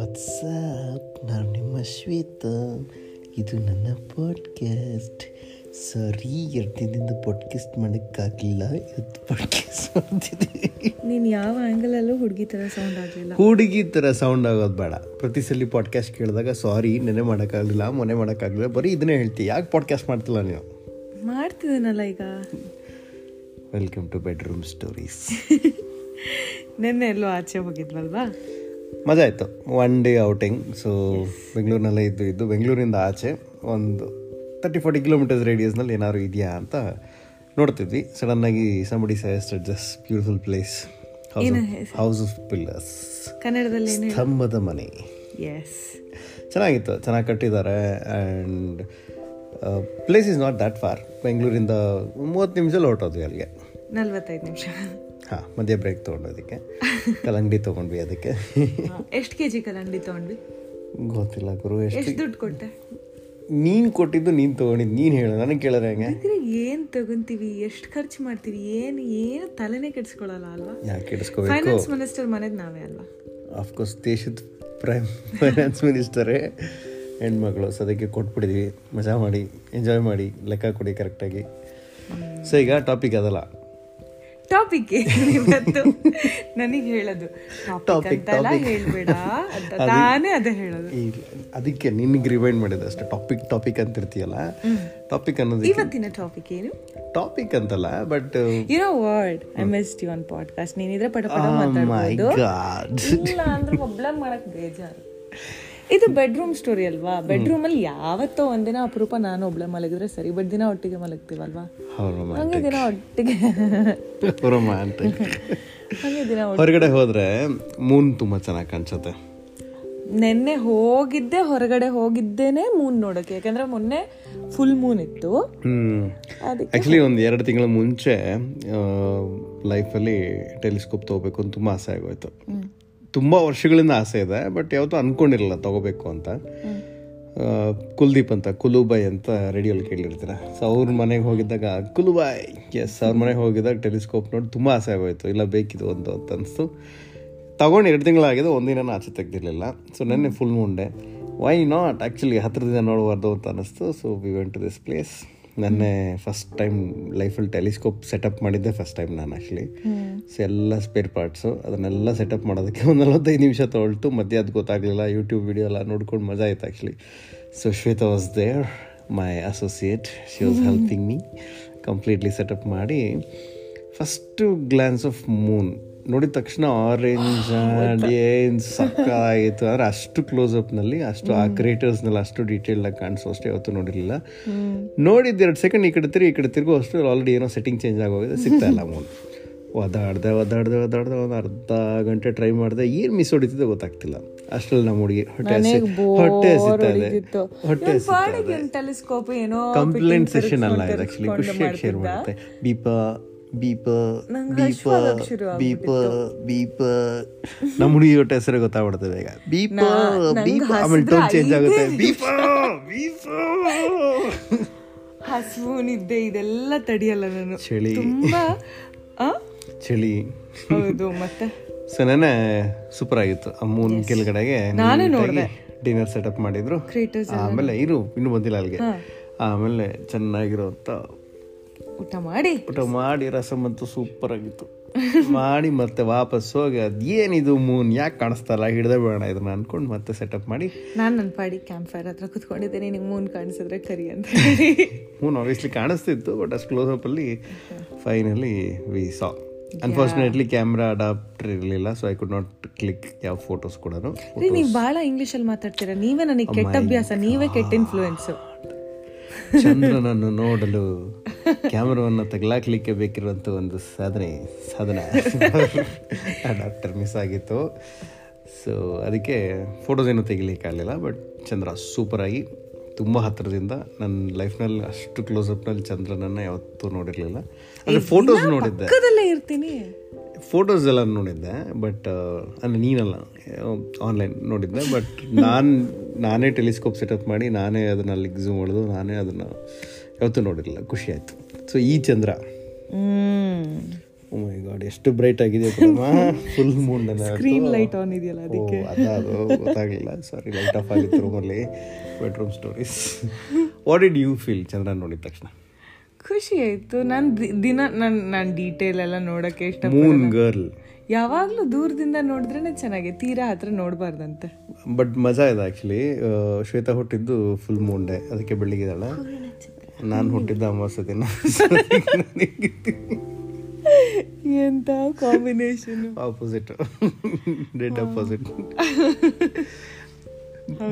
WhatsApp ನಾನು ನಿಮ್ಮ ಶ್ವೇತ ಇದು ನನ್ನ ಪಾಡ್ಕ್ಯಾಸ್ಟ್ ಸರಿ ಎರಡು ದಿನದಿಂದ ಪಾಡ್ಕ್ಯಾಸ್ಟ್ ಮಾಡೋಕ್ಕಾಗಲಿಲ್ಲ ಇವತ್ತು ಪಾಡ್ಕ್ಯಾಸ್ಟ್ ಮಾಡ್ತಿದ್ದೀನಿ ನೀನು ಯಾವ ಆ್ಯಂಗಲಲ್ಲೂ ಹುಡುಗಿ ಥರ ಸೌಂಡ್ ಆಗಲಿಲ್ಲ ಹುಡುಗಿ ಥರ ಸೌಂಡ್ ಆಗೋದು ಬೇಡ ಪ್ರತಿ ಸಲ ಪಾಡ್ಕ್ಯಾಸ್ಟ್ ಕೇಳಿದಾಗ ಸಾರಿ ನೆನೆ ಮಾಡೋಕ್ಕಾಗಲಿಲ್ಲ ಮೊನ್ನೆ ಮಾಡೋಕ್ಕಾಗಲಿಲ್ಲ ಬರೀ ಇದನ್ನೇ ಹೇಳ್ತೀವಿ ಯಾಕೆ ಪಾಡ್ಕ್ಯಾಸ್ಟ್ ಮಾಡ್ತಿಲ್ಲ ನೀವು ಮಾಡ್ತಿದ್ದೀನಲ್ಲ ಈಗ ವೆಲ್ಕಮ್ ಟು ಬೆಡ್ರೂಮ್ ಸ್ಟೋರೀಸ್ ನಿನ್ನೆ ಎಲ್ಲೋ ಆಚೆ ಹೋಗಿದ್ವಲ್ವಾ ಮಜಾ ಆಯಿತು ಒನ್ ಡೇ ಔಟಿಂಗ್ ಸೊ ಬೆಂಗಳೂರಿನಲ್ಲೇ ಇದ್ದು ಇದ್ದು ಬೆಂಗಳೂರಿಂದ ಆಚೆ ಒಂದು ತರ್ಟಿ ಫಾರ್ಟಿ ಕಿಲೋಮೀಟರ್ಸ್ ರೇಡಿಯಸ್ನಲ್ಲಿ ಏನಾದ್ರು ಇದೆಯಾ ಅಂತ ನೋಡ್ತಿದ್ವಿ ಸಡನ್ನಾಗಿ somebody suggested just beautiful place house of pillars ಕನ್ನಡದಲ್ಲಿ ಏನು ಸ್ತಂಭದ ಮನೆ ಎಸ್ ಚೆನ್ನಾಗಿತ್ತು ಚೆನ್ನಾಗಿ ಕಟ್ಟಿದ್ದಾರೆ and uh, place is not that far ಬೆಂಗಳೂರಿಂದ ಮೂವತ್ತು ನಿಮಿಷದಲ್ಲಿ ಹೊರಟೋದ್ವಿ ಅಲ್ಲಿಗೆ ನಲ್ವತ್ತೈದು ನಿಮಿಷ ಹಾಂ ಮಧ್ಯ ಬ್ರೇಕ್ ತೊಗೊಂಡೋದಕ್ಕೆ ಕಲ್ಲಂಗಡಿ ತೊಗೊಂಡ್ವಿ ಅದಕ್ಕೆ ಎಷ್ಟು ಕೆ ಜಿ ಕಲ್ಲಂಗಡಿ ತೊಗೊಂಡ್ವಿ ಗೊತ್ತಿಲ್ಲ ಗುರು ಎಷ್ಟು ಎಷ್ಟು ದುಡ್ಡು ಕೊಟ್ಟೆ ನೀನು ಕೊಟ್ಟಿದ್ದು ನೀನು ತೊಗೊಂಡಿದ್ದು ನೀನು ಹೇಳು ನನಗೆ ಕೇಳಿದ್ರೆ ಹೆಂಗೆ ಬೇಕ್ರೆ ಏನು ತಗೊಂತೀವಿ ಎಷ್ಟು ಖರ್ಚು ಮಾಡ್ತೀವಿ ಏನು ಏನು ತಲೆನೇ ಕೆಡಿಸ್ಕೊಳ್ಳಲ್ಲ ಅಲ್ವಾ ಯಾಕೆ ಇಡಿಸ್ಕೋಬೇಕು ಫೈನಾನ್ಸ್ ಮಿನಿಸ್ಟರ್ ಮನೆದು ನಾವೇ ಅಲ್ವಾ ಆಫ್ಕೋರ್ಸ್ ದೇಶದ ಪ್ರೈಮ್ ಫೈನಾನ್ಸ್ ಮಿನಿಸ್ಟರೇ ಹೆಣ್ಮಗಳು ಸೊ ಅದಕ್ಕೆ ಕೊಟ್ಬಿಡಿದ್ವಿ ಮಜಾ ಮಾಡಿ ಎಂಜಾಯ್ ಮಾಡಿ ಲೆಕ್ಕ ಕೊಡಿ ಕರೆಕ್ಟಾಗಿ ಸೊ ಈಗ ಟಾಪಿಕ್ ಅದಲ್ಲ ಟಾಪಿಕ್ ಇವತ್ತು ನನಗೆ ಹೇಳೋದು ಟಾಪಿಕ್ ಅಂತೆಲ್ಲ ಹೇಳ್ಬೇಡ ಅಂತ ತಾನೇ ಅದೇ ಹೇಳೋದು ಈ ಅದಕ್ಕೆ ನಿನ್ಗೆ ರಿವೈಂಡ್ ಮಾಡಿದೆ ಅಷ್ಟೇ ಟಾಪಿಕ್ ಟಾಪಿಕ್ ಅಂತಿರ್ತೀಯಲ್ಲ ಟಾಪಿಕ್ ಅನ್ನೋದು ಇವತ್ತಿನ ಟಾಪಿಕ್ ಏನು ಟಾಪಿಕ್ ಅಂತಲ್ಲ but you know word I missed you on podcast ನೀನಿದ್ರೆ ಪಟ ಪಟ Oh ಮೈ ಮಾತಾಡ್ಬೋದು ಗಾಡ್ ಇಲ್ಲ ಅಂದ್ರೆ ಒಬ್ಳ ಮಾಡಕ್ ಬೇಜಾರು ಇದು ಬೆಡ್ರೂಮ್ ಸ್ಟೋರಿ ಅಲ್ವಾ ಬೆಡ್ರೂಮ್ ಅಲ್ಲಿ ಯಾವತ್ತೋ ಒಂದಿನ ಅಪರೂಪ ನಾನು ಒಬ್ಳೆ ಮಲಗಿದ್ರೆ ಸರಿ ಬಟ್ ದಿನ ಒಟ್ಟಿಗೆ ಮಲಗ್ತೀವಲ್ವಾ ಹಂಗೆ ದಿನ ಒಟ್ಟಿಗೆ ರೊಮ್ಯಾಂಟಿಕ್ ಹಂಗೆ ದಿನ ಒಟ್ಟಿಗೆ ಹೊರಗಡೆ ಹೋದ್ರೆ ಮೂನ್ ತುಂಬಾ ಚೆನ್ನಾಗಿ ಕಾಣಿಸುತ್ತೆ ನೆನ್ನೆ ಹೋಗಿದ್ದೆ ಹೊರಗಡೆ ಹೋಗಿದ್ದೇನೆ ಮೂನ್ ನೋಡಕ್ಕೆ ಯಾಕಂದ್ರೆ ಮೊನ್ನೆ ಫುಲ್ ಮೂನ್ ಇತ್ತು ಹ್ಮ್ ಅದಕ್ಕೆ ಆಕ್ಚುಲಿ ಒಂದು ಎರಡು ತಿಂಗಳ ಮುಂಚೆ ಲೈಫಲ್ಲಿ ಟೆಲಿಸ್ಕೋಪ್ ತಗೋಬೇಕು ಅಂತ ತುಂಬಾ ಆಸೆ ಆಗೋಯ್ತು ತುಂಬಾ ವರ್ಷಗಳಿಂದ ಆಸೆ ಇದೆ ಬಟ್ ಯಾವತ್ತೂ ಅನ್ಕೊಂಡಿರಲಿಲ್ಲ ತಗೋಬೇಕು ಅಂತ ಆ, ಕುಲ್ದೀಪ್ ಅಂತ ಕುಲುಬಾಯ್ ಅಂತ ರೇಡಿಯೋಲಿ ಕೇಳಿರ್ತೀರ ಸೊ ಅವ್ರ ಮನೆಗೆ ಹೋಗಿದ್ದಾಗ ಕುಲುಬಾಯ್ ಎಸ್ ಅವ್ರ ಮನೆಗೆ ಹೋಗಿದ್ದಾಗ ಟೆಲಿಸ್ಕೋಪ್ ನೋಡಿ ತುಂಬ ಆಸೆ ಆಗೋಯ್ತು ಇಲ್ಲ ಬೇಕಿದು ಒಂದು ಅಂತ ಅನಿಸ್ತು ತಗೊಂಡು ಎರಡು ತಿಂಗಳಾಗಿದೆ ಒಂದಿನ ಆಚೆ ತೆಗ್ದಿರಲಿಲ್ಲ ಸೊ ನೆನ್ನೆ full Munde why not actually ಹತ್ತಿರ ದಿನ ನೋಡಬಾರ್ದು ಅಂತ ಅನ್ನಿಸ್ತು so we went to this place ನೆನ್ನೆ ಫಸ್ಟ್ ಟೈಮ್ ಲೈಫಲ್ಲಿ ಟೆಲಿಸ್ಕೋಪ್ ಸೆಟಪ್ ಮಾಡಿದ್ದೆ ಫಸ್ಟ್ ಟೈಮ್ ನಾನು ಆ್ಯಕ್ಚುಲಿ ಸೊ ಎಲ್ಲ ಸ್ಪೇರ್ ಪಾರ್ಟ್ಸು ಅದನ್ನೆಲ್ಲ ಸೆಟಪ್ ಮಾಡೋದಕ್ಕೆ ಒಂದು ನಲವತ್ತೈದು ನಿಮಿಷ ತೊಗೊಳ್ತು ಮಧ್ಯೆ ಅದು ಗೊತ್ತಾಗಲಿಲ್ಲ ಯೂಟ್ಯೂಬ್ ವಿಡಿಯೋ ಎಲ್ಲ ನೋಡ್ಕೊಂಡು ಮಜಾ ಆಯ್ತು actually so Shweta was there my associate she was helping me completely setup ಮಾಡಿ ಫಸ್ಟು ಗ್ಲ್ಯಾನ್ಸ್ ಆಫ್ ಮೂನ್ ನೋಡಿದ ತಕ್ಷಣ ಆರೆಂಜ್ ಏನು ಸಕ್ಕಾಗಿತ್ತು ಅಂದರೆ ಅಷ್ಟು ಕ್ಲೋಸಪ್ನಲ್ಲಿ ಅಷ್ಟು ಆ ಕ್ರಿಯೇಟರ್ಸ್ನೆಲ್ಲ ಅಷ್ಟು ಡೀಟೇಲ್ಡಾಗಿ ಕಾಣಿಸೋ ಅಷ್ಟೇ ಯಾವತ್ತೂ ನೋಡಿರಲಿಲ್ಲ ನೋಡಿದ್ದು ಎರಡು ಸೆಕೆಂಡ್ ಈ ಕಡೆ ತಿರುಗಿ ಈ ಕಡೆ ತಿರುಗೋ ಅಷ್ಟು ಆಲ್ರೆಡಿ ಏನೋ ಸೆಟ್ಟಿಂಗ್ ಚೇಂಜ್ ಆಗೋಗಿದೆ ಸಿಗ್ತಾ ಇಲ್ಲ ಮೂನ್ ಒದಾಡ್ದೆ ಒದಾಡ್ದೆ ಒದಾಡ್ದೆ ಒಂದು ಅರ್ಧ ಗಂಟೆ ಟ್ರೈ ಮಾಡಿದೆ ಏನು ಮಿಸ್ ಹೊಡಿತಿದ್ದೆ ಗೊತ್ತಾಗ್ತಿಲ್ಲ ಅಷ್ಟರಲ್ಲಿ ನಮ್ಮ ಹುಡುಗಿ ಹೊಟ್ಟೆ ಹಸಿ- ಹೊಟ್ಟೆ ಹಸಿತಾ ಇದೆ ಹೊಟ್ಟೆ ಪಾಡಿಗೆ ಟೆಲಿಸ್ಕೋಪ್ ಏನೋ ಕಂಪ್ಲೇಂಟ್ ಸೆಷನ್ ಅಲ್ಲ ಇದು ಆಕ್ಚುಲಿ ಖುಷಿಯಾಗಿ ಶೇರ್ ಮಾಡುತ್ತೆ ಬೀಪ ಬೀಪ ಬೀಪ ಬೀಪ ಬೀಪ ನಮ್ಮ ಹುಡುಗಿ ಹೊಟ್ಟೆ ಹೆಸರೇ ಗೊತ್ತಾಗ್ಬಿಡ್ತದೆ ಈಗ ಬೀಪ ಬೀಪ ಆಮೇಲೆ ಟೋನ್ ಚೇಂಜ್ ಆಗುತ್ತೆ ಬೀಪ ಬೀಪ ಹಸಿವು ನಿದ್ದೆ ಇದೆಲ್ಲ ತಡಿಯಲ್ಲ ನಾನು ಚಳಿ ತುಂಬಾ ಆ? ಚಳಿ ಹೌದು ಮತ್ತೆ ಸೊ ನೆನೆ ಸೂಪರ್ ಆಗಿತ್ತು ಆ ಮೂನ್ ಕೆಳಗಡೆಗೆ ಡಿನ್ನರ್ ಸೆಟಪ್ ಮಾಡಿದ್ರು Craters ಆಮೇಲೆ ಇರು ಇನ್ನು ಬಂದಿಲ್ಲ ಅಲ್ಲಿಗೆ ಆಮೇಲೆ ಚೆನ್ನಾಗಿರೋಂಥ ಊಟ ಮಾಡಿ ಊಟ ಮಾಡಿ ರಸಮ್ ಅಂತೂ ಸೂಪರ್ ಆಗಿತ್ತು ಮಾಡಿ ಮತ್ತೆ ವಾಪಸ್ ಹೋಗಿ ಅದೇನಿದು ಮೂನ್ ಯಾಕೆ ಕಾಣಿಸ್ತಲ್ಲ ಹಿಡ್ದೆ ಬೇಡ ಇದನ್ನ ಅನ್ಕೊಂಡು ಮತ್ತೆ ಸೆಟಪ್ ಮಾಡಿ ನಾನು ನನ್ನ ಪಾಡಿ ಕ್ಯಾಂಪ್ ಫೈರ್ ಹತ್ರ ಕುತ್ಕೊಂಡಿದ್ದೇನೆ ನಿಮ್ಗೆ ಮೂನ್ ಕಾಣಿಸಿದ್ರೆ ಕರಿ ಅಂತ ಮೂನ್ ಆಬ್ವಿಯಸ್ಲಿ ಕಾಣಿಸ್ತಿತ್ತು ಬಟ್ ಅಷ್ಟು ಕ್ಲೋಸ್ ಅಪ್ ಅಲ್ಲಿ finally we saw unfortunately camera adapter ಇರಲಿಲ್ಲ so I could not click ಯಾವ ಫೋಟೋಸ್ ಕೂಡ ರೀ ನೀವು ಭಾಳ ಇಂಗ್ಲೀಷಲ್ಲಿ ಮಾತಾಡ್ತೀರಾ ನೀವೇ ನನಗೆ ಕೆಟ್ಟ ಅಭ್ಯಾಸ ನೀವೇ ಕೆಟ್ಟ ಇನ್ಫ್ಲೂಯೆನ್ಸು ಚಂದ್ರನನ್ನು ನೋಡಲು ಕ್ಯಾಮರಾವನ್ನು ತಗಲಾಕ್ಲಿಕ್ಕೆ ಬೇಕಿರುವಂಥ ಒಂದು ಸಾಧನೆ ಸಾಧನ ಡಾಕ್ಟರ್ ಮಿಸ್ ಆಗಿತ್ತು ಸೊ ಅದಕ್ಕೆ ಫೋಟೋಸ್ ಏನೂ ತೆಗಿಲಿಕ್ಕಾಗಲಿಲ್ಲ ಬಟ್ ಚಂದ್ರ ಸೂಪರಾಗಿ ತುಂಬ ಹತ್ತಿರದಿಂದ ನನ್ನ ಲೈಫ್ನಲ್ಲಿ ಅಷ್ಟು ಕ್ಲೋಸಪ್ನಲ್ಲಿ ಚಂದ್ರನನ್ನು ಯಾವತ್ತೂ ನೋಡಿರಲಿಲ್ಲ ಅಂದರೆ ಫೋಟೋಸ್ ನೋಡಿದ್ದೆ ಪಕ್ಕದಲ್ಲೇ ಇರ್ತೀನಿ ಫೋಟೋಸ್ ಎಲ್ಲ ನೋಡಿದ್ದೆ ಬಟ್ ಅಂದರೆ ನೀನಲ್ಲ ಆನ್ಲೈನ್ ನೋಡಿದ್ದೆ ಬಟ್ ನಾನು ನಾನೇ ಟೆಲಿಸ್ಕೋಪ್ ಸೆಟಪ್ ಮಾಡಿ ನಾನೇ ಅದನ್ನು ಅಲ್ಲಿಗೆ ಝೂಮ್ ಹೊಡೆದು ನಾನೇ ಅದನ್ನು ಯಾವತ್ತೂ ನೋಡಿರಲಿಲ್ಲ ಖುಷಿ ಆಯಿತು ಸೊ ಈ ಚಂದ್ರ ಹ್ಮ್ ಮೈ ಗಾಡ್ Oh ಎಷ್ಟು ಬ್ರೈಟ್ ಆಗಿದೆ full moon screen light on ಇದೆಯಲ್ಲ ಅದು Oh, ಅದು ಗೊತ್ತಾಗಲಿಲ್ಲ ಸಾರಿ ಲೈಟ್ ಆಫ್ ಆಗಿತ್ತು ರೂಮಲ್ಲಿ bedroom stories what did you feel ಚಂದ್ರ ನೋಡಿದ ತಕ್ಷಣ ಖುಷಿ ಆಯ್ತು ನಾನು ದಿನ ನಾನು ನಾನು ಡೀಟೇಲ್ ಎಲ್ಲ ನೋಡಕ್ಕೆ ಇಷ್ಟ ಮೂನ್ ಗರ್ಲ್ ಯಾವಾಗಲೂ ದೂರದಿಂದ ನೋಡಿದ್ರೇನೆ ಚೆನ್ನಾಗಿ ತೀರಾ ಹತ್ರ ನೋಡಬಾರ್ದಂತೆ ಬಟ್ ಮಜಾ ಇದೆ ಆ್ಯಕ್ಚುಲಿ ಶ್ವೇತಾ ಹುಟ್ಟಿದ್ದು ಫುಲ್ ಮೂನ್ ಡೇ ಅದಕ್ಕೆ ಬೆಳಿಗ್ಗೆದಲ್ಲ ನಾನು ಹುಟ್ಟಿದ್ದ ಅಮಾವಾಸ್ಯ ದಿನ ಎಂತ combination opposite dead opposite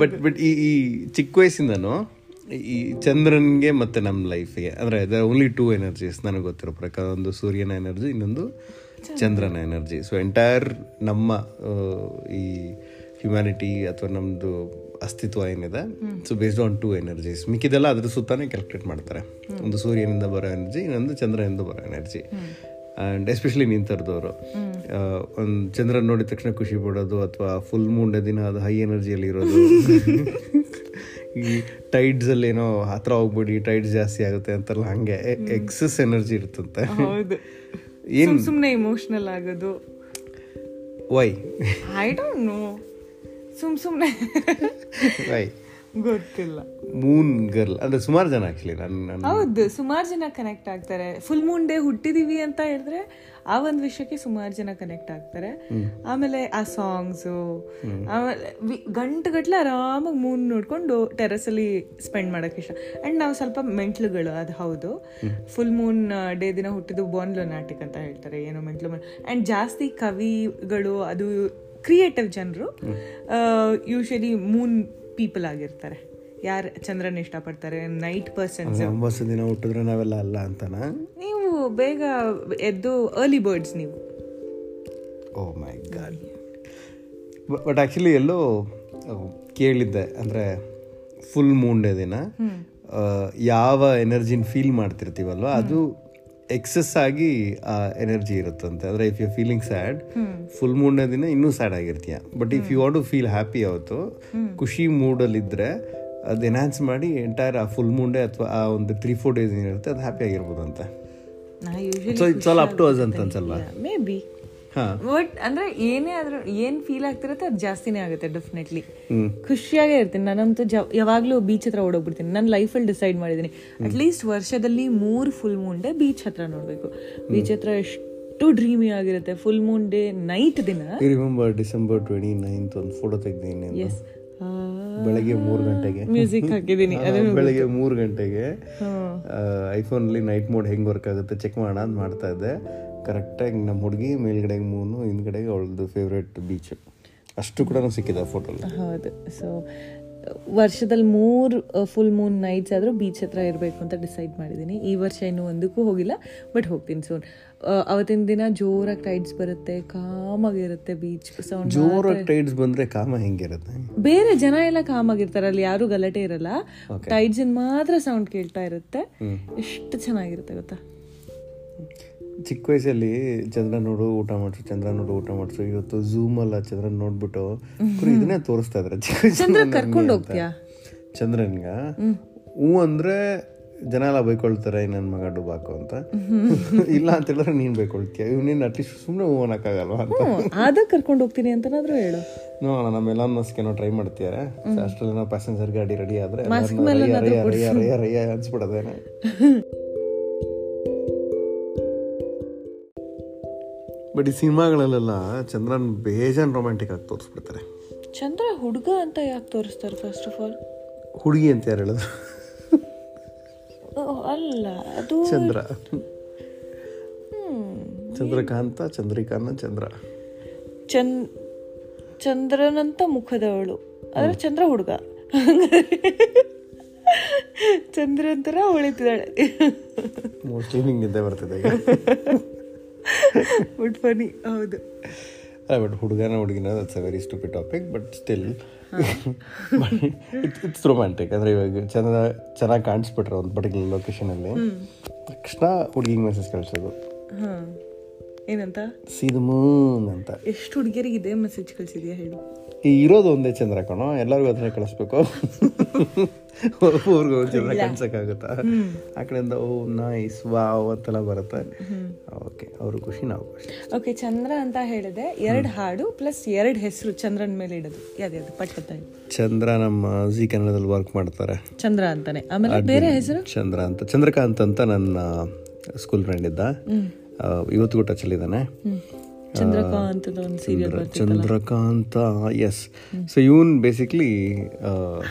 but but ಈ ಈ ಚಿಕ್ಕ ವಯಸ್ಸಿಂದನು ಈ ಚಂದ್ರನ್ಗೆ ಮತ್ತೆ ನಮ್ಮ ಲೈಫ್ಗೆ ಅಂದರೆ ದ ಓನ್ಲಿ ಟೂ ಎನರ್ಜೀಸ್ ನನಗೆ ಗೊತ್ತಿರೋ ಪ್ರಕಾರ ಒಂದು ಸೂರ್ಯನ ಎನರ್ಜಿ ಇನ್ನೊಂದು ಚಂದ್ರನ ಎನರ್ಜಿ ಸೊ ಎಂಟೈರ್ ನಮ್ಮ ಆ, ಈ ಹ್ಯುಮ್ಯಾನಿಟಿ ಅಥವಾ ನಮ್ಮದು ಅಸ್ತಿತ್ವ ಏನಿದೆ so based on two energies ಮಿಕ್ಕಿದೆಲ್ಲ ಅದ್ರ ಸುತ್ತಾನೆ ಕ್ಯಾಲ್ಕುಲೇಟ್ ಮಾಡ್ತಾರೆ ಒಂದು ಸೂರ್ಯನಿಂದ ಬರೋ ಎನರ್ಜಿ ಇನ್ನೊಂದು ಚಂದ್ರನಿಂದ ಬರೋ ಎನರ್ಜಿ ಆ್ಯಂಡ್ ಎಸ್ಪೆಷಲಿ ನಿನ್ ಥರದವರು ಒಂದು ಚಂದ್ರ ನೋಡಿದ ತಕ್ಷಣ ಖುಷಿ ಪಡೋದು ಅಥವಾ ಫುಲ್ ಮೂಂಡ ದಿನ ಅದು ಹೈ ಎನರ್ಜಿಯಲ್ಲಿ ಇರೋದು ಈ ಟೈಡ್ಸಲ್ಲಿ ಏನೋ ಹತ್ರ ಹೋಗ್ಬಿಡಿ ಟೈಡ್ಸ್ ಜಾಸ್ತಿ ಆಗುತ್ತೆ ಅಂತಾರಲ್ಲ ಹಾಗೆ ಎಕ್ಸಸ್ ಎನರ್ಜಿ ಇರುತ್ತಂತೆ ಹೌದು ಏನು ಸುಮ್ಮನೆ ಇಮೋಷನಲ್ ಆಗೋದು ವೈ ಐ ಡೋಂಟ್ ನೋ ಸುಮ್ ಸುಮ್ಮನೆ ವೈ ಗೊತ್ತಿಲ್ಲ ಮೂನ್ ಗರ್ಲ್ ಅಂದರೆ ಸುಮಾರು ಜನ ಆ್ಯಕ್ಚುಲಿ ನಾನು ನಾನು ಹೌದು ಸುಮಾರು ಜನ ಕನೆಕ್ಟ್ ಆಗ್ತಾರೆ ಫುಲ್ ಮೂನ್ ಡೇ ಹುಟ್ಟಿದೀವಿ ಅಂತ ಹೇಳಿದ್ರೆ ಆ ಒಂದು ವಿಷಯಕ್ಕೆ ಸುಮಾರು ಜನ ಕನೆಕ್ಟ್ ಆಗ್ತಾರೆ ಆಮೇಲೆ ಆ ಸಾಂಗ್ಸು ಆಮೇಲೆ ಗಂಟು ಗಟ್ಲೆ ಆರಾಮಾಗಿ ಮೂನ್ ನೋಡ್ಕೊಂಡು ಟೆರಸಲ್ಲಿ ಸ್ಪೆಂಡ್ ಮಾಡೋಕೆ ಇಷ್ಟ ಆ್ಯಂಡ್ ನಾವು ಸ್ವಲ್ಪ ಮೆಂಟ್ಲುಗಳು ಅದು ಹೌದು ಫುಲ್ ಮೂನ್ ಡೇ ದಿನ ಹುಟ್ಟಿದ್ದು ಬಾನ್ ಲೊನಾಟಿಕ್ ಅಂತ ಹೇಳ್ತಾರೆ ಏನೋ ಮೆಂಟ್ಲು ಆ್ಯಂಡ್ ಜಾಸ್ತಿ ಕವಿಗಳು ಅದು ಕ್ರಿಯೇಟಿವ್ ಜನರು ಯೂಶಲಿ ಮೂನ್ ಪೀಪಲ್ ಆಗಿರ್ತಾರೆ ಯಾರು ಚಂದ್ರನ ಇಷ್ಟಪಡ್ತಾರೆ ನೈಟ್ ಪರ್ಸನ್ ಒಂಬತ್ತು ದಿನ ಹುಟ್ಟಿದ್ರೆ ನಾವೆಲ್ಲ ಅಲ್ಲ ಅಂತನಾ ನೀವು ಬೇಗ ಎದ್ದು ಅರ್ಲಿ ಬರ್ಡ್ಸ್ ನೀವು oh my god but actually ಎಲ್ಲೋ ಆ, ಕೇಳಿದ್ದೆ ಅಂದರೆ ಫುಲ್ ಮೂನ್ ಡೇ ದಿನ ಆ, ಯಾವ ಎನರ್ಜಿನ ಫೀಲ್ ಮಾಡ್ತಿರ್ತೀವಲ್ವ ಅದು ಎಕ್ಸಸ್ ಆಗಿ ಆ ಎನರ್ಜಿ ಇರುತ್ತಂತೆ ಅಂದರೆ if you feeling sad full moon ದಿನ ಇನ್ನೂ ಸ್ಯಾಡ್ ಆಗಿರ್ತೀಯ but if you want to feel happy ಅವತ್ತು ಖುಷಿ ಮೂಡಲ್ಲಿದ್ದರೆ ಅದು ಎನ್ಹಾನ್ಸ್ ಮಾಡಿ ಎಂಟೈರ್ ಆ ಫುಲ್ ಮೂನ್ ಡೇ ಅಥವಾ ಆ ಒಂದು ತ್ರೀ ಫೋರ್ ಡೇಸ್ ಏನಿರುತ್ತೆ ಅದು ಹ್ಯಾಪಿ ಆಗಿರ್ಬೋದಂತೆ ನಾ so usually it's all up to us ಅಂತ ಅನ್ಸಲ್ವಾ ಮೇ ಬಿ ಹಾಂ ಬಟ್ ಅಂದ್ರೆ ಏನೇ ಆದ್ರೂ ಏನ್ ಫೀಲ್ ಆಗ್ತಿರತ್ತೆ ಅದು ಜಾಸ್ತಿನೇ ಆಗುತ್ತೆ ಡೆಫಿನೆಟ್ಲಿ ಖುಷಿಯಾಗೇ ಇರ್ತೀನಿ ನಾನಂತೂ ಜ ಯಾವಾಗಲೂ ಬೀಚ್ ಹತ್ರ ಓಡೋಗ್ಬಿಡ್ತೀನಿ ನನ್ನ ಲೈಫಲ್ಲಿ ಡಿಸೈಡ್ ಮಾಡಿದ್ದೀನಿ ಅಟ್ಲೀಸ್ಟ್ ವರ್ಷದಲ್ಲಿ ಮೂರು ಫುಲ್ ಮೂನ್ ಡೇ ಬೀಚ್ ಹತ್ರ ನೋಡಬೇಕು ಬೀಚ್ ಹತ್ರ ಎಷ್ಟು ಡ್ರೀಮಿ ಆಗಿರುತ್ತೆ ಫುಲ್ ಮೂನ್ ಡೇ ನೈಟ್ ದಿನ you remember December twenty ninth ಒಂದು ಫೋಟೋ ತೆಗ್ದೀನಿ ನಾನು. ಬೆಳಗ್ಗೆ ಮೂರು ಗಂಟೆಗೆ ಮ್ಯೂಸಿಕ್ ಹಾಕಿದ್ದೀನಿ ಹಾ, ಬೆಳಗ್ಗೆ ಮೂರು ಗಂಟೆಗೆ ಐಫೋನಲ್ಲಿ ನೈಟ್ ಮೋಡ್ ಹೆಂಗೆ ವರ್ಕ್ ಆಗುತ್ತೆ ಚೆಕ್ ಮಾಡೋಣ ಅಂತ ಮಾಡ್ತಾ ಇದ್ದೆ ಕರೆಕ್ಟಾಗಿ ನಮ್ಮ ಹುಡುಗಿ ಮೇಲ್ಗಡೆಗೆ ಮೂನು ಹಿಂದ್ಗಡೆಗೆ ಅವಳದು ಫೇವ್ರೆಟ್ ಬೀಚ್ ಅಷ್ಟು ಕೂಡ ಸಿಕ್ಕಿದೆ ಫೋಟೋಲಿ ಹೌದು ಸೊ ವರ್ಷದಲ್ಲಿ ಮೂರು ಫುಲ್ ಮೂನ್ ನೈಟ್ಸ್ ಆದರೂ ಬೀಚ್ ಹತ್ರ ಇರಬೇಕು ಅಂತ ಡಿಸೈಡ್ ಮಾಡಿದ್ದೀನಿ ಈ ವರ್ಷ ಇನ್ನೂ ಒಂದಕ್ಕೂ ಹೋಗಿಲ್ಲ ಬಟ್ ಹೋಗ್ತೀನಿ ಸೋನ್ ಅವತ್ತಿನ ದಿನ ಜೋರಾಗಿ ಟೈಡ್ಸ್ ಬರುತ್ತೆ ಕಾಮಾಗಿರುತ್ತೆ ಬೀಚ್ ಸೌಂಡ್ ಜೋರಾಗಿ ಟೈಡ್ಸ್ ಬಂದರೆ ಕಾಮ ಹೆಂಗಿರುತ್ತೆ ಬೇರೆ ಜನ ಎಲ್ಲ ಕಾಮಾಗಿರ್ತಾರೆ ಅಲ್ಲಿ ಯಾರು ಗಲಾಟೆ ಇರಲ್ಲ ಟೈಡ್ಸ್ ಮಾತ್ರ ಸೌಂಡ್ ಕೇಳ್ತಾ ಇರುತ್ತೆ ಎಷ್ಟು ಚೆನ್ನಾಗಿರುತ್ತೆ ಗೊತ್ತಾ ಚಿಕ್ಕ ವಯಸ್ಸಲ್ಲಿ ಚಂದ್ರ ನೋಡು ಊಟ ಮಾಡಿಸು ಚಂದ್ರ ನೋಡು ಊಟ ಮಾಡಿಸು ಇವತ್ತು ಝೂಮ್ ಅಲ್ಲ ಚಂದ್ರ ನೋಡ್ಬಿಟ್ಟು ಕುರಿ ಇದನ್ನೇ ತೋರಿಸ್ತಾ ಇದ್ರೆ ಚಿಕ್ಕ ಚಂದ್ರ ಕರ್ಕೊಂಡು ಹೋಗ್ತೀಯಾ ಚಂದ್ರನ್ಗ ಹೂ ಅಂದ್ರೆ ಜನ ಎಲ್ಲ ಬೈಕೊಳ್ತಾರೆ ನನ್ನ ಮಗ ಡುಬಾಕು ಅಂತ ಇಲ್ಲ ಅಂತ ಹೇಳಿದ್ರೆ ನೀನ್ ಬೈಕೊಳ್ತೀಯ ಇವ್ನೇನು ಅಟ್ಲೀಸ್ಟ್ ಸುಮ್ಮನೆ ಹೂ ಅನ್ನಕ್ಕಾಗಲ್ವಾ ಅಂತ ಹ್ಞೂ ಆದಾಗ ಕರ್ಕೊಂಡು ಹೋಗ್ತೀನಿ ಅಂತನಾದ್ರೂ ಹೇಳು ನೋಡೋಣ ನಮ್ಮ ಎಲ್ಲ ಏನೋ ಟ್ರೈ ಮಾಡ್ತಿದ್ದಾರೆ ಅಷ್ಟರಲ್ಲಿ ಪ್ಯಾಸೆಂಜರ್ ಗಾಡಿ ರೆಡಿ ಆದ್ರೆ ಎಲ್ಲರ್ನೂ ರಯ್ಯ, ರಯ್ಯ, ರಯ್ಯ, ರಯ್ಯ ಅನ್ಸ್ಬಿಡೋದೇನೆ ಬಟ್ ಈ ಸಿನಿಮಾಗಳಲ್ಲೆಲ್ಲ ಚಂದ್ರನ್ ಬೇಜಾನ್ ರೊಮ್ಯಾಂಟಿಕ್ ಆಗಿ ತೋರಿಸ್ಬಿಡ್ತಾರೆ ಚಂದ್ರ ಹುಡುಗ ಅಂತ ಯಾಕೆ ತೋರಿಸ್ತಾರೆ ಫಸ್ಟ್ ಆಫ್ ಆಲ್ ಹುಡುಗಿ ಅಂತ ಯಾರು ಹೇಳಿದ್ರು ಅಲ್ಲ ಅದು ಚಂದ್ರ ಚಂದ್ರಕಾಂತ ಚಂದ್ರಿಕಾನ ಚಂದ್ರ ಚಂದ್ ಚಂದ್ರನಂತ ಮುಖದವಳು ಆದ್ರೆ ಚಂದ್ರ ಹುಡುಗ ಚಂದ್ರ ಅಂತರ ಹೊಳಿತಿದ್ದಾಳೆ ಮೋಸ್ಟ್ಲಿ ಹಿಂಗಿದ್ದೆ ಬರ್ತಿದೆ ಈಗ ಬಟ್ ಫನಿ ಹೌದು ಬಟ್ ಹುಡುಗನ ಹುಡುಗಿನ that's a very stupid topic but still it's it's romantic ಅಂದರೆ ಇವಾಗ ಚಂದ್ರ ಚೆನ್ನಾಗಿ ಕಾಣಿಸ್ಬಿಟ್ರೆ ಒಂದು ಪರ್ಟಿಕ್ಯುಲರ್ ಲೊಕೇಶನಲ್ಲಿ ತಕ್ಷಣ ಹುಡುಗಿಗೆ ಮೆಸೇಜ್ ಕಳಿಸೋದು ಹಾಂ ಏನಂತ ಸಿ ದ ಮೂನ್ ಅಂತ ಎಷ್ಟು ಹುಡುಗಿಯರಿಗೆ ಇದೇ ಮೆಸೇಜ್ ಕಳ್ಸಿದ್ಯಾ ಹೇಳು ಈ ಇರೋದು ಒಂದೇ ಚಂದ್ರ ಕಣೋ ಎಲ್ಲರಿಗೂ ಅದನ್ನೇ ಕಳಿಸ್ಬೇಕು ಊರ್ಗೆ ಒಂದು ಚಂದ್ರ ಕಳ್ಸಕ್ಕಾಗುತ್ತಾ ಆ ಕಡೆಯಿಂದ ಓ ನೈಸ್ ವಾವ್ ಅಂತೆಲ್ಲ ಬರುತ್ತೆ ಓಕೆ ಅವ್ರ ಖುಷಿ ನಾವು ಖುಷಿ ಓಕೆ ಚಂದ್ರ ಅಂತ ಹೇಳಿದೆ ಎರಡು ಹಾಡು ಪ್ಲಸ್ ಎರಡು ಹೆಸರು ಚಂದ್ರನ ಮೇಲೆ ಇಡೋದು ಯಾವ್ದು ಪಟ್ಟದ ಚಂದ್ರ ನಮ್ಮ ಜಿ ಕನ್ನಡದಲ್ಲಿ ವರ್ಕ್ ಮಾಡ್ತಾರೆ ಚಂದ್ರ ಅಂತಾನೆ ಆಮೇಲೆ ಬೇರೆ ಹೆಸರು ಚಂದ್ರ ಅಂತ ಚಂದ್ರಕಾಂತ್ ಅಂತ ನನ್ನ ಸ್ಕೂಲ್ ಫ್ರೆಂಡ್ ಇದ್ದ ಆ, ಇವತ್ತಿಗೂ ಟಚಲ್ಲಿ ಇದ್ದಾನೆ ಚಂದ್ರಕಾಂತ್ ಒಂದು ಸೀರಿಯಲ್ ಚಂದ್ರಕಾಂತ ಎಸ್ ಸೊ ಇವನ್ ಬೇಸಿಕ್ಲಿ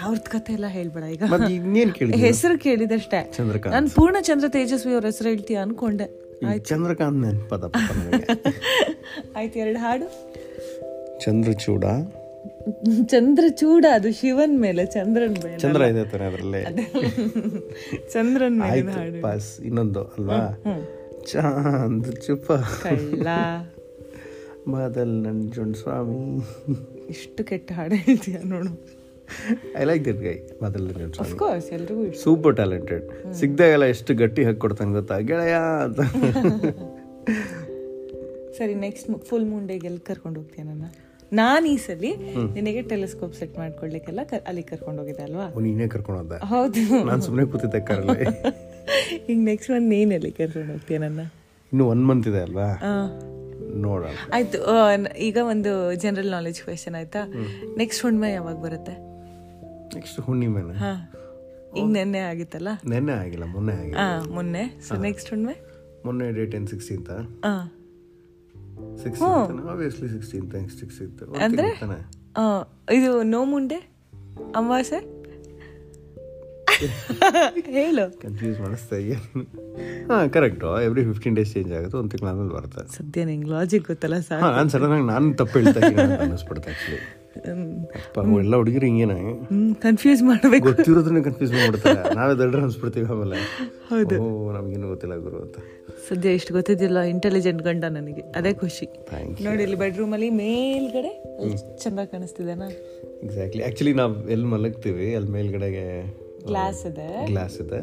ಅವ್ರದ್ ಕಥೆ ಎಲ್ಲ ಹೇಳ್ಬೇಡ ಈಗ ಮತ್ತೆ ಇನ್ನೇನು ಕೇಳಿದ್ವಿ ಹೆಸರು ಕೇಳಿದಷ್ಟೇ ಚಂದ್ರಕಾಂತ್. ನಾನು ಪೂರ್ಣ ಚಂದ್ರ ತೇಜಸ್ವಿ ಅವ್ರ ಹೆಸರು ಹೇಳ್ತೀಯ ಅನ್ಕೊಂಡೆ ಈ ಚಂದ್ರಕಾಂತ್ ನೆನಪದಪ್ಪ ನನಗೆ ಆಯ್ತು ಎರಡು ಹಾಡು ಚಂದ್ರಚೂಡ ಚಂದ್ರ ಚೂಡ ಅದು ಶಿವನ್ ಮೇಲೆ ಚಂದ್ರನ್ ಮೇಲೆ ಚಂದ್ರ ಇದೆ ತಾನೆ ಅದರಲ್ಲಿ ಚಂದ್ರನ್ ಮೇಲೆ ಆಯ್ತು ಪಾಸ್ ಇನ್ನೊಂದು ಅಲ್ವಾ ಚಾಂದ್ ಚುಪ್ಪ ಕಳ್ಳ ಬಾದಲ್ ನಂಜುಂಡ್ ಸ್ವಾಮಿ ಇಷ್ಟು ಕೆಟ್ಟ ಹಾಡು ಹೇಳ್ತೀಯ ನೋಡು I like that guy Badal Nanjund Swamy of course ಎಲ್ರಿಗೂ ಇಷ್ಟ ಸೂಪರ್ ಟ್ಯಾಲೆಂಟೆಡ್ ಸಿಗ್ದಾಗೆಲ್ಲ ಎಷ್ಟು ಗಟ್ಟಿ ಹಾಕಿ ಕೊಡ್ತಾನೆ ಗೊತ್ತಾ ಗೆಳೆಯ ಅಂತ ಸರಿ ನೆಕ್ಸ್ಟ್ ಫುಲ್ ಮೂನ್ ಡೇಗೆ ಎಲ್ಲಿ ಕರ್ಕೊಂಡು ಹೋಗ್ತೀಯ ನನ್ನ ನಾನು ಈ ಸಲಿ ನಿನಗೆ ಟೆಲಿಸ್ಕೋಪ್ ಸೆಟ್ ಮಾಡ್ಕೊಳ್ಳಿಕ್ಕೆಲ್ಲ ಕರ್- ಅಲ್ಲಿ ಕರ್ಕೊಂಡು ಹೋಗಿದ್ದೆ ಅಲ್ವಾ ಅವ್ನು ನೀನೇ ಕರ್ಕೊಂಡು ಹೋದ ಹೌದು ನಾನು ಸುಮ್ಮನೆ ಕೂತಿದ್ದೆ ಕಾರಲ್ಲಿ ಈಗ ನೆಕ್ಸ್ಟ್ ಮಂತ್ ನೀನ್ ಎಲ್ಲಿ ಕರ್ಕೊಂಡು ಹೋಗ್ತೀಯ ನನ್ನ ಇನ್ನು ಒನ್ ಮಂತ್ ಇದೆ ಅಲ್ವಾ ಆ, ನೋಡೋಣ ಆಯ್ತು ಆ, ನ- ಈಗ ಒಂದು ಜನರಲ್ ನಾಲೆಜ್ ಕ್ವೆಶನ್ ಆಯ್ತಾ ನೆಕ್ಸ್ಟ್ ಹುಣ್ಣಿಮೆ ಯಾವಾಗ ಬರುತ್ತೆ ನೆಕ್ಸ್ಟ್ ಹುಣ್ಣಿಮೆನೆ ಹಾ ಈಗ ನೆನ್ನೆ ಆಗಿತ್ತಲ್ಲ ನೆನ್ನೆ ಆಗಿಲ್ಲ ಮೊನ್ನೆ ಆಗಿದೆ ಆ ಮೊನ್ನೆ ಸೊ ನೆಕ್ಸ್ಟ್ ಹುಣ್ಣಿಮೆ ಮೊನ್ನೆ ಡೇಟ್ ಏನು ಸಿಕ್ಸ್ಟೀನ್ತ ಆ ಸಿಕ್ಸ್ಟೀನ್ತ್ ಆಬ್ವಿಯಸ್ಲಿ ಸಿಕ್ಸ್ಟೀನ್ತ್ ಸಿಕ್ಸ್ಟೀನ್ತ್ ಅಂದ್ರೆ? ತಾನೆ ಆ, ಇದು ನೋ ಮುಂಡೆ ಅಮಾವಾಸ್ಯೆ ಹೇಳು ಕನ್ಫ್ಯೂಸ್ ಮಾಡಿಸ್ತಾ ಇದೆಯಾ ಹಾಂ correct every fifteen days change ಆಗುತ್ತೆ ಒಂದು ತಿಂಗಳ ಆಮೇಲೆ ಬರುತ್ತೆ ಸದ್ಯ ನಿಂಗೆ ಲಾಜಿಕ್ ಗೊತ್ತಲ್ಲ ಸರ್ ಹಾಂ ನಾನು ಸಡನ್ ಆಗಿ ನಾನು ತಪ್ಪು ಹೇಳ್ತಾ ಇದ್ದೀನಿ ಅಂತ ಅನ್ನಿಸ್ಬಿಡುತ್ತೆ ಆ್ಯಕ್ಚುಲಿ ಅಪ್ಪ ಎಲ್ಲ ಹುಡುಗರು ಹಿಂಗೇನ ಕನ್ಫ್ಯೂಸ್ ಮಾಡಬೇಕು ಗೊತ್ತಿರೋದನ್ನ ಕನ್ಫ್ಯೂಸ್ ಮಾಡ್ಬಿಡ್ತಾರೆ ನಾವೇ ದೊಡ್ಡ ಅನ್ಸ್ಬಿಡ್ತೀವಿ ಆಮೇಲೆ ಹೌದು. ಓ ನಮಗೇನು ಗೊತ್ತಿಲ್ಲ ಗುರು ಅಂತ ಸದ್ಯ ಇಷ್ಟು ಗೊತ್ತಿದ್ದಿಲ್ಲ ಇಂಟೆಲಿಜೆಂಟ್ ಗಂಡ ನನಗೆ ಅದೇ ಖುಷಿ ಥ್ಯಾಂಕ್ ಯು ನೋಡಿ ಇಲ್ಲಿ ಬೆಡ್ರೂಮ್ ಅಲ್ಲಿ ಮೇಲ್ಗಡೆ ಅಲ್ಲಿ ಚಂದ ಕಾಣಿಸ್ತಿದೆನಾ ಎಕ್ಸಾಕ್ಟ್ಲಿ ಆ್ಯಕ್ಚುಲಿ ನಾವು ಎಲ್ಲಿ ಮಲಗ್ತೀವಿ ಅಲ್ಲಿ ಮೇಲ್ಗಡೆಗೆ ಗ್ಲಾಸ್ ಇದೆ ಗ್ಲಾಸ್ ಇದೆ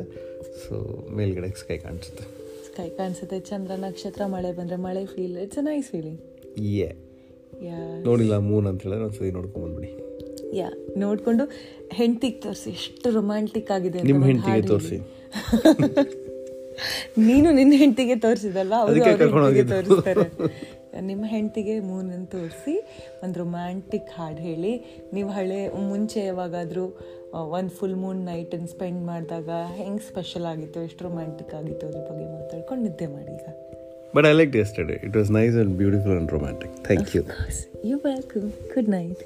ಸೊ ಮೇಲ್ಗಡೆ ಸ್ಕೈ ಕಾಣಿಸುತ್ತೆ ಸ್ಕೈ ಕಾಣಿಸುತ್ತೆ ಚಂದ್ರ ನಕ್ಷತ್ರ ಮಳೆ ಬಂದ್ರೆ ಮಳೆ feel it's a nice feeling ಯೇ ಯಾ ನೋಡಿಲ್ಲ ಮೂನ್ ಅಂತ ಹೇಳಿದ್ರೆ ಒಂದ್ಸತಿ ನೋಡ್ಕೊಂಬಂದ್ಬಿಡಿ ಯಾ ನೋಡ್ಕೊಂಡು ಹೆಂಡ್ತಿಗೆ ತೋರಿಸಿ ಎಷ್ಟು ರೊಮ್ಯಾಂಟಿಕ್ ಆಗಿದೆ ಅಂತ ನಿಮ್ಮ ಒಂದ್ ಹೆಂಡ್ತಿಗೆ ಹಾಡ್ ತೋರಿಸಿ ಹೇಳಿ. ನೀನು ನಿನ್ನ ಹೆಂಡ್ತಿಗೆ ತೋರಿಸಿದಲ್ಲ ಅವರು ಅದಕ್ಕೆ ಕರ್ಕೊಂಡು ಹೋಗಿದ್ದು. ತೋರಿಸ್ತಾರೆ ನಿಮ್ಮ ಹೆಂಡ್ತಿಗೆ ಮೂನನ್ನು ತೋರಿಸಿ ಒಂದು ರೊಮ್ಯಾಂಟಿಕ್ ಹಾಡು ಹೇಳಿ ನೀವು ಹಳೆ ಮುಂಚೆ ಯಾವಾಗಾದರೂ ಒಂದು ಫುಲ್ ಮೂನ್ ನೈಟನ್ನು ಸ್ಪೆಂಡ್ ಮಾಡಿದಾಗ ಹೆಂಗೆ ಸ್ಪೆಷಲ್ ಆಗಿತ್ತು ಎಷ್ಟು ರೊಮ್ಯಾಂಟಿಕ್ ಆಗಿತ್ತು ಅದ್ರ ಬಗ್ಗೆ ಮಾತಾಡ್ಕೊಂಡು ನಿದ್ದೆ ಮಾಡಿ ಈಗ but I like yesterday it was nice and beautiful and romantic thank you you welcome good night